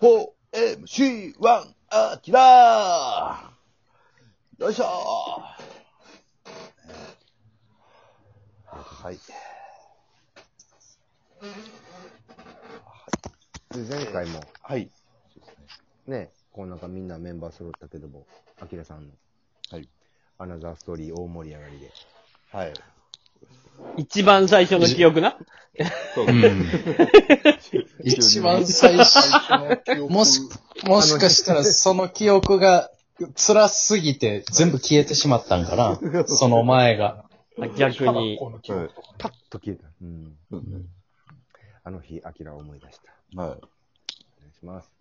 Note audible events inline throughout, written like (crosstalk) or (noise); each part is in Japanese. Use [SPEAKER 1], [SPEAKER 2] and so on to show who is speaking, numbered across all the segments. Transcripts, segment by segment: [SPEAKER 1] 4MC1 アキラーよいしょーはい。
[SPEAKER 2] で前回も、
[SPEAKER 1] はい。
[SPEAKER 2] ね、こうなんかみんなメンバー揃ったけども、アキラさんの、
[SPEAKER 1] はい。
[SPEAKER 2] アナザーストーリー大盛り上がりで。
[SPEAKER 1] はい。
[SPEAKER 3] 一番最初の記憶な。
[SPEAKER 4] うん。
[SPEAKER 5] (laughs) 一番最初。もし、もしかしたらその記憶が辛すぎて全部消えてしまったんかな。その前が。
[SPEAKER 3] (laughs) 逆に。
[SPEAKER 2] パッと消えた。うん。
[SPEAKER 1] うん
[SPEAKER 2] あの日、アキラを思い出した。
[SPEAKER 1] は
[SPEAKER 2] お願いします。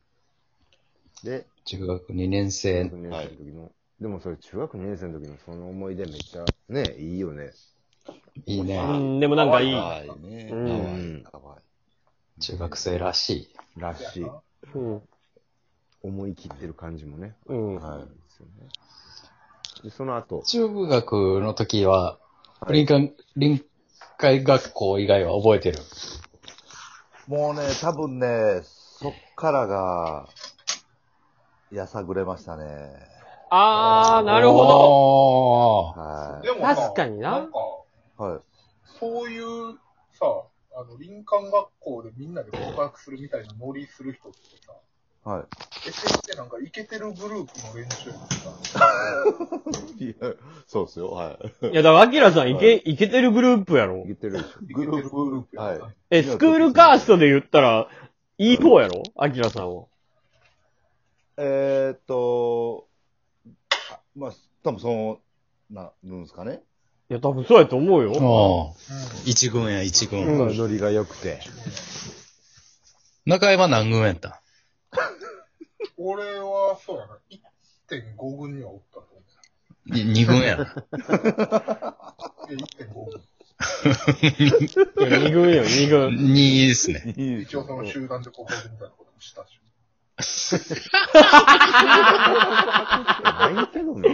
[SPEAKER 2] で、
[SPEAKER 5] 中学2年
[SPEAKER 2] 中
[SPEAKER 5] 生
[SPEAKER 2] 学。2年生の時の、でもそれ中学2年生の時のその思い出めっちゃ、ね、いいよね。
[SPEAKER 5] いいうね。
[SPEAKER 3] ん、でもなんかい
[SPEAKER 1] い。
[SPEAKER 3] い。
[SPEAKER 1] はいね。
[SPEAKER 3] うん
[SPEAKER 5] 中学生らしい。
[SPEAKER 2] らしい。
[SPEAKER 3] うん。
[SPEAKER 2] 思い切ってる感じもね。
[SPEAKER 3] うん。
[SPEAKER 1] はい
[SPEAKER 2] ですよね。で、その後、
[SPEAKER 5] 中学の時は、臨海、臨海学校以外は覚えてる。
[SPEAKER 1] もうね、多分ね、そっからが、やさぐれましたね。
[SPEAKER 3] あー、なるほ
[SPEAKER 5] ほ
[SPEAKER 1] は
[SPEAKER 6] でもさ
[SPEAKER 3] 確かにな
[SPEAKER 6] なんか、
[SPEAKER 1] い。はい。
[SPEAKER 6] そういう、さ、あの、林間学校でみんなで告白するみたいなノリする人ってさ、
[SPEAKER 1] は
[SPEAKER 6] SS ってなんかイケてるグループの連中やんさ、
[SPEAKER 1] い。いや、そうですよ。はい。
[SPEAKER 3] ど。いや、だから、アキラさん、いけ、いけてるグループやろ。
[SPEAKER 2] 言ってるでしょ。
[SPEAKER 6] イケてるグループやん
[SPEAKER 1] は
[SPEAKER 6] さ。
[SPEAKER 3] え、スクールカーストで言ったら、いい方やろアキラさんは。
[SPEAKER 1] えーっと、あまあ、多分その、な、るんですかね。
[SPEAKER 3] いや、多分そうやと思う
[SPEAKER 5] ど。
[SPEAKER 3] よ。
[SPEAKER 5] もう一軍や、一軍。
[SPEAKER 2] ノリが良くて。
[SPEAKER 5] 中山何軍やった
[SPEAKER 6] 俺は、そうやな、1.5軍にはおったと思
[SPEAKER 5] に二軍やろ。
[SPEAKER 6] う。いや、1.5軍。
[SPEAKER 3] いや二軍よ、二軍。
[SPEAKER 5] 二ですね。
[SPEAKER 6] 一応その集団で告白みたいなこともしたし。
[SPEAKER 2] ないけどな。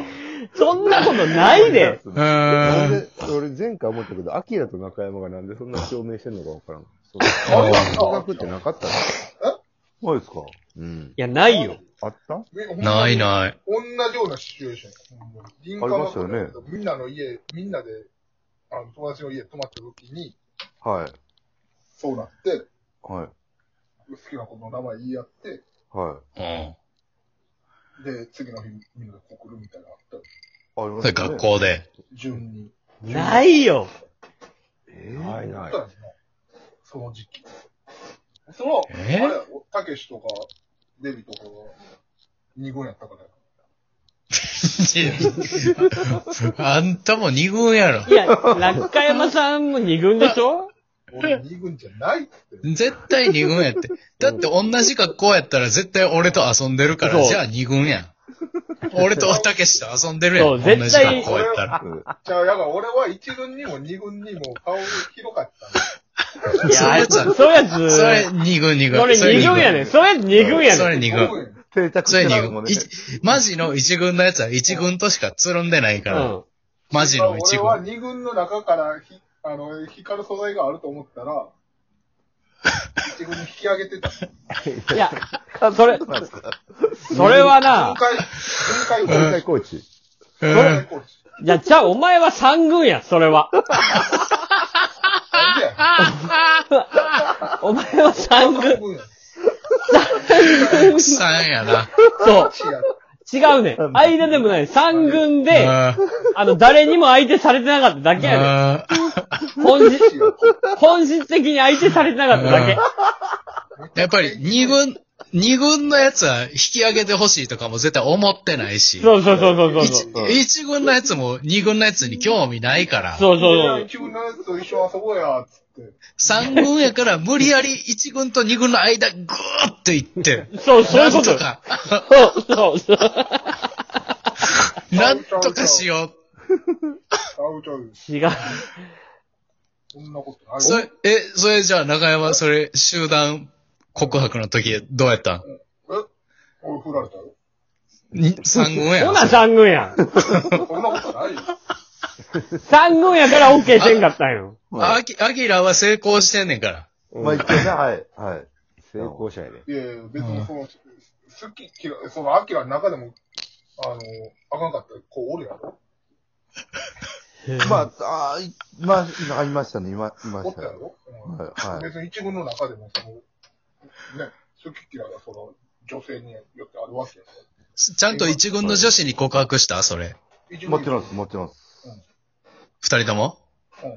[SPEAKER 3] そんなことないで。
[SPEAKER 5] う
[SPEAKER 2] なん
[SPEAKER 5] ーん。
[SPEAKER 2] で、俺前回思ったけど、アキラと中山がなんでそんな証明してんのかわからん。そう。
[SPEAKER 6] あ
[SPEAKER 2] 告白ってなかったの
[SPEAKER 1] そうですか。
[SPEAKER 2] うん。
[SPEAKER 3] いや、ないよ。
[SPEAKER 2] あった
[SPEAKER 5] ないない。
[SPEAKER 6] 同じようなシチュエーション。林間学校だけどみんなの家、みんなで、あの、友達の家泊まった時に、
[SPEAKER 1] はい。
[SPEAKER 6] そうなって、
[SPEAKER 1] はい。
[SPEAKER 6] 好きな子の名前言い合って、
[SPEAKER 1] は
[SPEAKER 5] うん。
[SPEAKER 6] で、次の日みんなで告るみたいなのあったよ
[SPEAKER 1] い。ありま
[SPEAKER 5] それ学。校で。
[SPEAKER 6] 順に。
[SPEAKER 3] ないよ。
[SPEAKER 2] ない
[SPEAKER 6] あ
[SPEAKER 2] な
[SPEAKER 6] っ
[SPEAKER 2] い
[SPEAKER 6] た。よなその時期。その、あ
[SPEAKER 5] え
[SPEAKER 6] れやろたけしとか、デビとかが、二軍やったからや。
[SPEAKER 5] あんたも二軍やろ。
[SPEAKER 3] いや、中山さんも二軍でしょ
[SPEAKER 6] 俺二軍じゃないって。
[SPEAKER 5] 絶対二軍やって。だって同じ学校やったら絶対俺と遊んでるか
[SPEAKER 3] そ
[SPEAKER 5] ら、
[SPEAKER 3] う
[SPEAKER 5] じゃあ二軍やん。俺とたけしと遊んでるや。
[SPEAKER 3] そうん
[SPEAKER 5] 同じ
[SPEAKER 3] 絶対
[SPEAKER 5] 学校やったら。
[SPEAKER 6] じゃあ、やが俺は一軍にも二軍にも顔広かったんだ
[SPEAKER 3] い
[SPEAKER 5] そういう
[SPEAKER 3] や、
[SPEAKER 5] やつや
[SPEAKER 3] そういうやつ。
[SPEAKER 5] それ二軍二軍。
[SPEAKER 3] それ二軍やねん。それ二軍や
[SPEAKER 5] そ
[SPEAKER 3] ねん。
[SPEAKER 5] れ二
[SPEAKER 6] 二
[SPEAKER 5] 軍。
[SPEAKER 6] 軍
[SPEAKER 1] 定着
[SPEAKER 5] それ二
[SPEAKER 1] たも
[SPEAKER 5] 軍
[SPEAKER 1] ん。ね
[SPEAKER 5] いマジの一軍のやつは一軍としかつるんでないか
[SPEAKER 3] う
[SPEAKER 5] ら。
[SPEAKER 3] ん。
[SPEAKER 5] マジの一
[SPEAKER 6] 俺は
[SPEAKER 5] 軍。
[SPEAKER 6] 二軍の中からひ、あの、光る素材があると思ったら、一軍に引き上げてた。
[SPEAKER 3] いや、それ、それは
[SPEAKER 6] 分
[SPEAKER 3] な、
[SPEAKER 6] 解、分
[SPEAKER 2] 大
[SPEAKER 6] 解分
[SPEAKER 2] 会コーチ。
[SPEAKER 5] うん。
[SPEAKER 6] 解。
[SPEAKER 3] いや、じゃあお前は三軍や、それは。
[SPEAKER 6] なんでや
[SPEAKER 3] お前は三軍。
[SPEAKER 6] 分や。
[SPEAKER 5] 三やな。
[SPEAKER 3] そう。
[SPEAKER 6] 違う。
[SPEAKER 3] 違うねん。間でもない。三軍で、
[SPEAKER 5] うん
[SPEAKER 3] あの、誰にも相手されてなかっただけやねん。
[SPEAKER 5] うん
[SPEAKER 3] 本質、本質的に相手されてなかっただけ。
[SPEAKER 5] やっぱり二軍、二軍のやつは引き上げてほしいとかも絶対思ってないし。
[SPEAKER 3] そうそうそうそうそう。そう
[SPEAKER 5] 一一軍のやつも二軍のやつに興味ないから、
[SPEAKER 3] そう
[SPEAKER 6] い
[SPEAKER 3] そ
[SPEAKER 6] や
[SPEAKER 3] う。
[SPEAKER 6] 一軍のやつと一緒に遊ぼうや、つって。
[SPEAKER 5] 三軍やから無理やり一軍と二軍の間ぐーっていって、
[SPEAKER 3] そう、そういうこ
[SPEAKER 5] な
[SPEAKER 3] と
[SPEAKER 5] んと。か、
[SPEAKER 3] そう、そう、そう。
[SPEAKER 5] なんとかしよ
[SPEAKER 6] ちゃうちゃう。
[SPEAKER 3] 違う。
[SPEAKER 6] そんなことな
[SPEAKER 5] う。
[SPEAKER 6] い。
[SPEAKER 5] それ、え、それじゃあ中山、それ集団告白の時どうやったん
[SPEAKER 6] 俺振られたよ。
[SPEAKER 5] に三軍や
[SPEAKER 3] ほ
[SPEAKER 5] ん。
[SPEAKER 3] な三軍やん。
[SPEAKER 6] そんなことないよ。
[SPEAKER 3] 三軍やから OK せんかったんよ。
[SPEAKER 5] あき、アキラは成功してんねんから。
[SPEAKER 1] まあ一応ね、はい。はい。
[SPEAKER 2] 成功者やで。
[SPEAKER 6] いやいや、別にその、好き嫌い、その、アキラの中でも、あの、あかんかった子おるやろ
[SPEAKER 1] まあ、あーいまあ、今、いましたね、今、いま
[SPEAKER 6] お
[SPEAKER 1] し
[SPEAKER 6] った
[SPEAKER 1] ね
[SPEAKER 6] たや。ろ、うん
[SPEAKER 1] はい、はい。
[SPEAKER 6] 別に一軍の中でも、その、ね、好き嫌いがその、女性によってあるわけやろ
[SPEAKER 5] ちゃんと一軍の女子に告白したそれ。
[SPEAKER 6] 一軍
[SPEAKER 1] もちろんです、もちろんです。
[SPEAKER 5] 二人とも
[SPEAKER 6] うん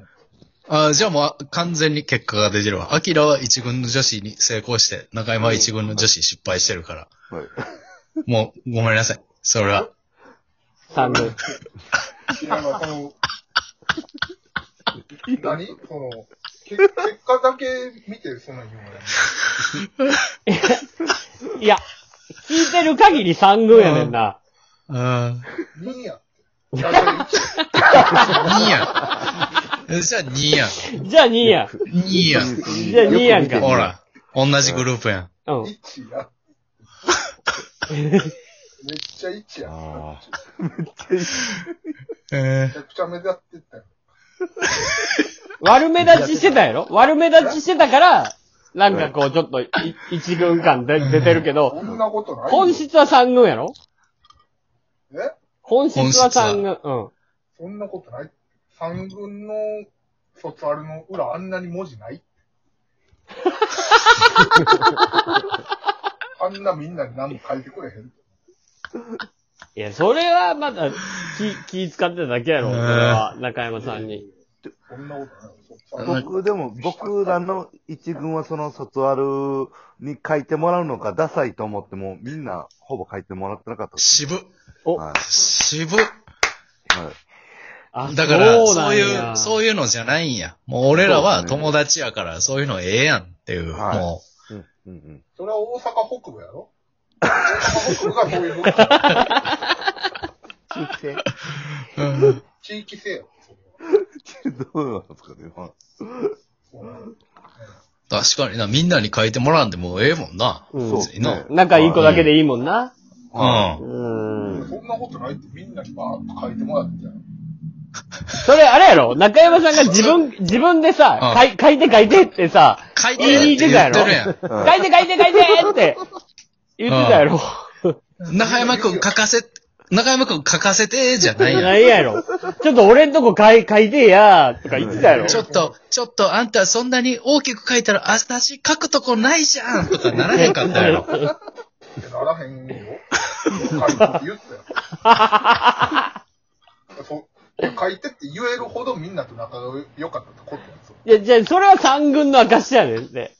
[SPEAKER 5] ああ、じゃあもうあ完全に結果が出てるわ。アキラは一軍の女子に成功して、中山は一軍の女子に失敗してるから。
[SPEAKER 1] はい。
[SPEAKER 5] もう、ごめんなさい。それは。
[SPEAKER 3] 三年。
[SPEAKER 6] いや、まあ、その、何その、け結果だけ見て、そんなん言うのや
[SPEAKER 3] いや、聞いてる限り三軍やねんな。
[SPEAKER 5] うん。
[SPEAKER 6] め。2やって。いやそれ
[SPEAKER 5] 2やん。えじゃあ2やん。
[SPEAKER 3] じゃあ2や。
[SPEAKER 5] 2やん。
[SPEAKER 3] じゃあ2やんか。
[SPEAKER 5] ほら。同じグループやん。
[SPEAKER 3] うん。
[SPEAKER 6] 1や。めっちゃ1や。
[SPEAKER 2] あ
[SPEAKER 5] え
[SPEAKER 6] めちゃくちゃ目立ってったよ。
[SPEAKER 3] 悪目立ちしてたやろ悪目立ちしてたから、なんかこう、ちょっとい、一軍感で出てるけ
[SPEAKER 6] こ
[SPEAKER 3] ど、
[SPEAKER 6] んなことないよ。
[SPEAKER 3] 本質は三軍やろ
[SPEAKER 6] え
[SPEAKER 3] 本質は三軍。うん。
[SPEAKER 6] そんなことない。三軍の卒アルの裏あんなに文字ないあんなみんなに何も書いてくれへん。
[SPEAKER 3] いや、それはまだ、気、気使ってただけやろ、それは、中山さんに。
[SPEAKER 6] そんなことない。卒アル
[SPEAKER 1] 僕、でも、僕らの一軍はその卒アルに書いてもらうのがダサいと思っても、みんなほぼ書いてもらってなかったです。
[SPEAKER 5] 渋っ。
[SPEAKER 3] お
[SPEAKER 1] はい。
[SPEAKER 5] 渋っ。
[SPEAKER 1] はい。
[SPEAKER 3] あ
[SPEAKER 5] だから、
[SPEAKER 3] な
[SPEAKER 5] そうん
[SPEAKER 3] や
[SPEAKER 5] いう、そういうのじゃないんや。もう俺ら
[SPEAKER 1] そ
[SPEAKER 5] は
[SPEAKER 1] うですね
[SPEAKER 5] 友達やから、そういうのええやんっていう。
[SPEAKER 1] はい
[SPEAKER 5] も
[SPEAKER 2] あ。うん、うん、
[SPEAKER 6] それは大阪北部やろ大阪北部がそういう文化
[SPEAKER 5] う。うん
[SPEAKER 6] 地域性やろ。それは
[SPEAKER 1] (laughs) どうなんですかね、今。
[SPEAKER 6] そうなの
[SPEAKER 5] 確かにな、みんなに書いてもらうんでもうええもんな。
[SPEAKER 3] う
[SPEAKER 1] そ
[SPEAKER 3] ん
[SPEAKER 1] うで
[SPEAKER 5] 別
[SPEAKER 1] す
[SPEAKER 5] にな
[SPEAKER 1] ね。
[SPEAKER 3] 仲いい子だけでいいもんな。
[SPEAKER 5] うん。
[SPEAKER 3] うん。
[SPEAKER 6] そんなことないってみんなにバーッと書いてもらってやん。
[SPEAKER 3] それ、あれやろ中山さんが自分、自分でさ、
[SPEAKER 5] う
[SPEAKER 3] 書い書いて書いてってさ、
[SPEAKER 5] 書いてやんって言ってるやん。
[SPEAKER 1] はい
[SPEAKER 3] 書いて書いて書いてって (laughs) 言ってたやろ。
[SPEAKER 5] 中山くん書かせ、中山くん書かせて、じゃないやん。
[SPEAKER 3] 何やろ。ちょっと俺んとこ書い書いてや、とか言ってたやろ。
[SPEAKER 5] ちょっと、ちょっと、あんたそんなに大きく書いたら、私書くとこないじゃんとかならへんかった
[SPEAKER 3] (laughs)
[SPEAKER 5] やろ。
[SPEAKER 6] ってならへんよ。書いてって言ってたよ。 (laughs) そ書いてって言えるほどみんなと仲が良かったってことやん。それ
[SPEAKER 3] いや、じゃあそれは三軍の証やねんって。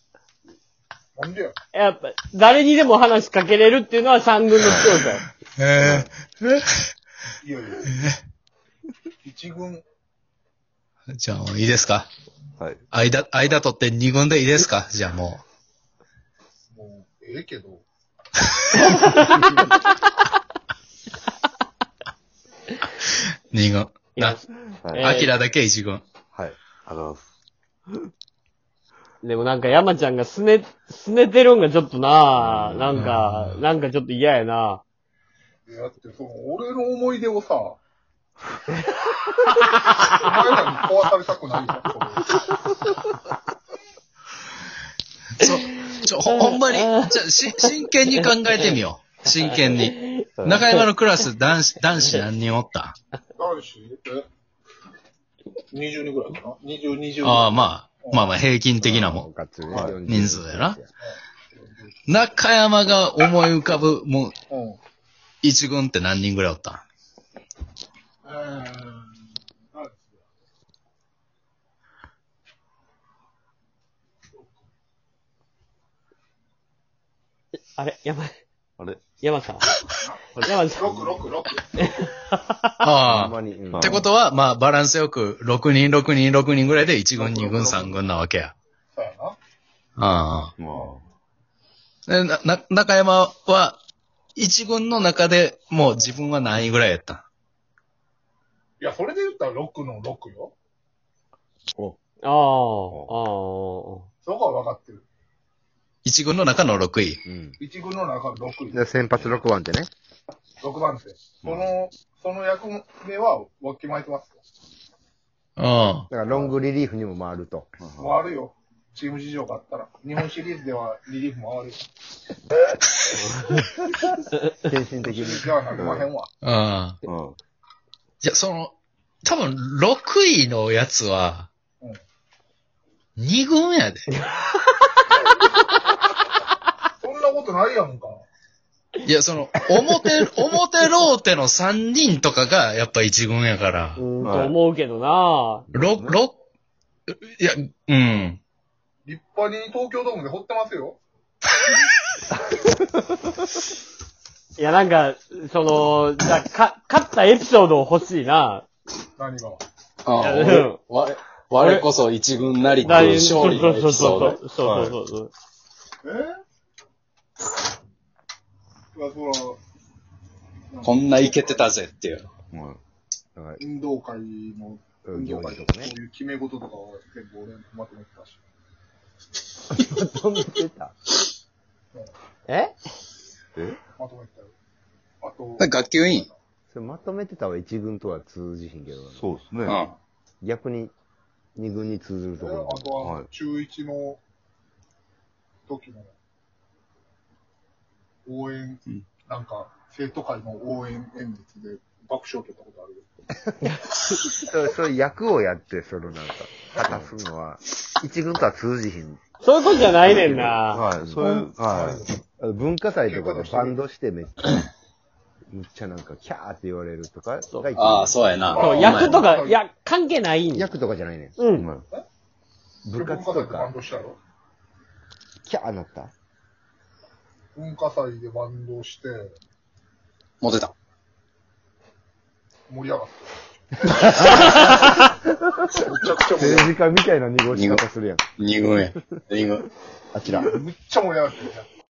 [SPEAKER 6] なんでや
[SPEAKER 3] やっぱ、誰にでも話しかけれるっていうのは三軍の強さよ。
[SPEAKER 5] え
[SPEAKER 6] いやいや。一軍、
[SPEAKER 5] ーじゃあもういいですか
[SPEAKER 1] はい。
[SPEAKER 5] 間、間取って二軍でいいですかじゃあも
[SPEAKER 6] もう、ええけど、
[SPEAKER 5] う、二軍。
[SPEAKER 3] いや
[SPEAKER 5] な、
[SPEAKER 1] はい。
[SPEAKER 5] アキラだけ一軍。
[SPEAKER 1] はい。ありがとうございます。
[SPEAKER 3] でもなんか山ちゃんがすね、すねてるんがちょっとななんか、なんかちょっと嫌やな
[SPEAKER 6] だってその、俺の思い出をさ、お前らに壊されたくないよ。
[SPEAKER 5] そう、ちょ、ほ (laughs) ほんまに、じゃあし真剣に考えてみよう。真剣に。中山のクラス男子、男子何人おった
[SPEAKER 6] 男子、え ?20 人ぐらいかな ?20、20。
[SPEAKER 5] ああ、まあ、まあまあ平均的なもん
[SPEAKER 2] うん。。がっつりね
[SPEAKER 1] はい
[SPEAKER 2] 40
[SPEAKER 5] 人数やな中山が思い浮かぶ、もう、
[SPEAKER 6] うん。
[SPEAKER 5] 一軍って何人ぐらいおったん
[SPEAKER 6] えー
[SPEAKER 3] あれ、山、
[SPEAKER 1] あれ
[SPEAKER 3] 山さん。山さん。
[SPEAKER 6] 六六六。
[SPEAKER 5] あ
[SPEAKER 2] ほんまに。うん
[SPEAKER 5] ってことは、まあ、バランスよく、6人、6人、6人ぐらいで、1軍、2軍、3軍なわけや。
[SPEAKER 6] そうやな。
[SPEAKER 5] あ
[SPEAKER 1] ま
[SPEAKER 5] あ。で、な、な、中山は、1軍の中でもう自分は何位ぐらいやったん
[SPEAKER 6] いや、それで言ったら六の六よ。
[SPEAKER 3] ああ、ああ。
[SPEAKER 6] そこは分かってる。
[SPEAKER 5] ?1 軍の中の6位。
[SPEAKER 2] うん。
[SPEAKER 6] 一軍の中の六位
[SPEAKER 2] じ。ゃあ先発6番ってね。
[SPEAKER 6] 六番手。その、その役目は、わきまえてますよ。
[SPEAKER 5] うん。
[SPEAKER 2] だからロングリリーフにも回ると。
[SPEAKER 1] あ。
[SPEAKER 6] もうあるよ。チーム事情があったら。日本シリーズではリリーフも回るし。
[SPEAKER 2] 精神的に。
[SPEAKER 6] じゃあ、なんでまへんわ。
[SPEAKER 5] うん。いや、
[SPEAKER 1] うん。
[SPEAKER 5] その、多分、6位のやつは
[SPEAKER 6] うん、
[SPEAKER 5] 2軍やで。
[SPEAKER 6] そんなことないやんか。
[SPEAKER 5] いや、その、表、 (laughs) 表ローテの3人とかが、やっぱ1軍やから
[SPEAKER 3] う、ん、と思うけどな
[SPEAKER 5] ろ、ろ、いや、うん。
[SPEAKER 6] 立派に東京ドームで掘ってますよ。
[SPEAKER 3] いや、なんか、その、じゃあか、勝ったエピソード欲しいな
[SPEAKER 6] 何が。
[SPEAKER 4] ああ
[SPEAKER 3] いやでも
[SPEAKER 4] 我我こそ一軍なりって
[SPEAKER 3] だ
[SPEAKER 4] いう
[SPEAKER 3] い
[SPEAKER 4] 勝利のエピソード。
[SPEAKER 3] そうそうそうそうそう。
[SPEAKER 6] えいや、そら、
[SPEAKER 4] こんなイケてたぜっていう。
[SPEAKER 1] うん
[SPEAKER 6] 運動会の、運動
[SPEAKER 2] 行
[SPEAKER 6] 会
[SPEAKER 2] 事
[SPEAKER 6] と
[SPEAKER 2] とか
[SPEAKER 6] かね、
[SPEAKER 2] ね
[SPEAKER 6] そ。ういう決め事とかを全部俺まとめてたし。
[SPEAKER 2] 飛んでた。
[SPEAKER 3] え
[SPEAKER 1] え
[SPEAKER 6] まとめてたよ。あと、
[SPEAKER 4] 学級委員。
[SPEAKER 2] それまとめてたわ、一軍とは通じひんけどな。
[SPEAKER 1] そうです
[SPEAKER 4] う
[SPEAKER 1] ね。
[SPEAKER 4] ん。
[SPEAKER 1] は
[SPEAKER 4] あ
[SPEAKER 2] 逆に、二軍に通ずる
[SPEAKER 6] え
[SPEAKER 2] と
[SPEAKER 6] あ
[SPEAKER 2] ころ
[SPEAKER 6] とは
[SPEAKER 1] はい、
[SPEAKER 6] 中1の時の応援、
[SPEAKER 4] うん
[SPEAKER 6] なんか、生徒会の応援演説で爆笑を取ったことあるよ。
[SPEAKER 2] そうそういう役をやって、そのなんか、果たすのは、一軍とは通じひん。
[SPEAKER 3] そういうことじゃないねんな。
[SPEAKER 1] い。そういう、は
[SPEAKER 2] あの文化祭とかでバンドしてめっち (clears throat) ゃ、むっちゃなんか、キャーって言われるとかが一軍
[SPEAKER 4] あ、そうやな。
[SPEAKER 3] そう、役とか、いや、関係ないんや。
[SPEAKER 2] 役とかじゃないね
[SPEAKER 3] う。
[SPEAKER 1] い。うんん。
[SPEAKER 2] ん。部活と
[SPEAKER 6] 文化祭でバン
[SPEAKER 2] か、
[SPEAKER 6] ドしたやろ
[SPEAKER 2] キャーなった
[SPEAKER 6] 文化祭でバンドして
[SPEAKER 4] モテた。
[SPEAKER 6] 盛り上がった。むちゃくちゃ盛り上
[SPEAKER 2] 政治
[SPEAKER 6] がっ
[SPEAKER 2] 家みたいな濁し方するやん。
[SPEAKER 4] 二軍や。二軍。
[SPEAKER 2] あちら。
[SPEAKER 6] た。むっちゃ盛り上がったよ。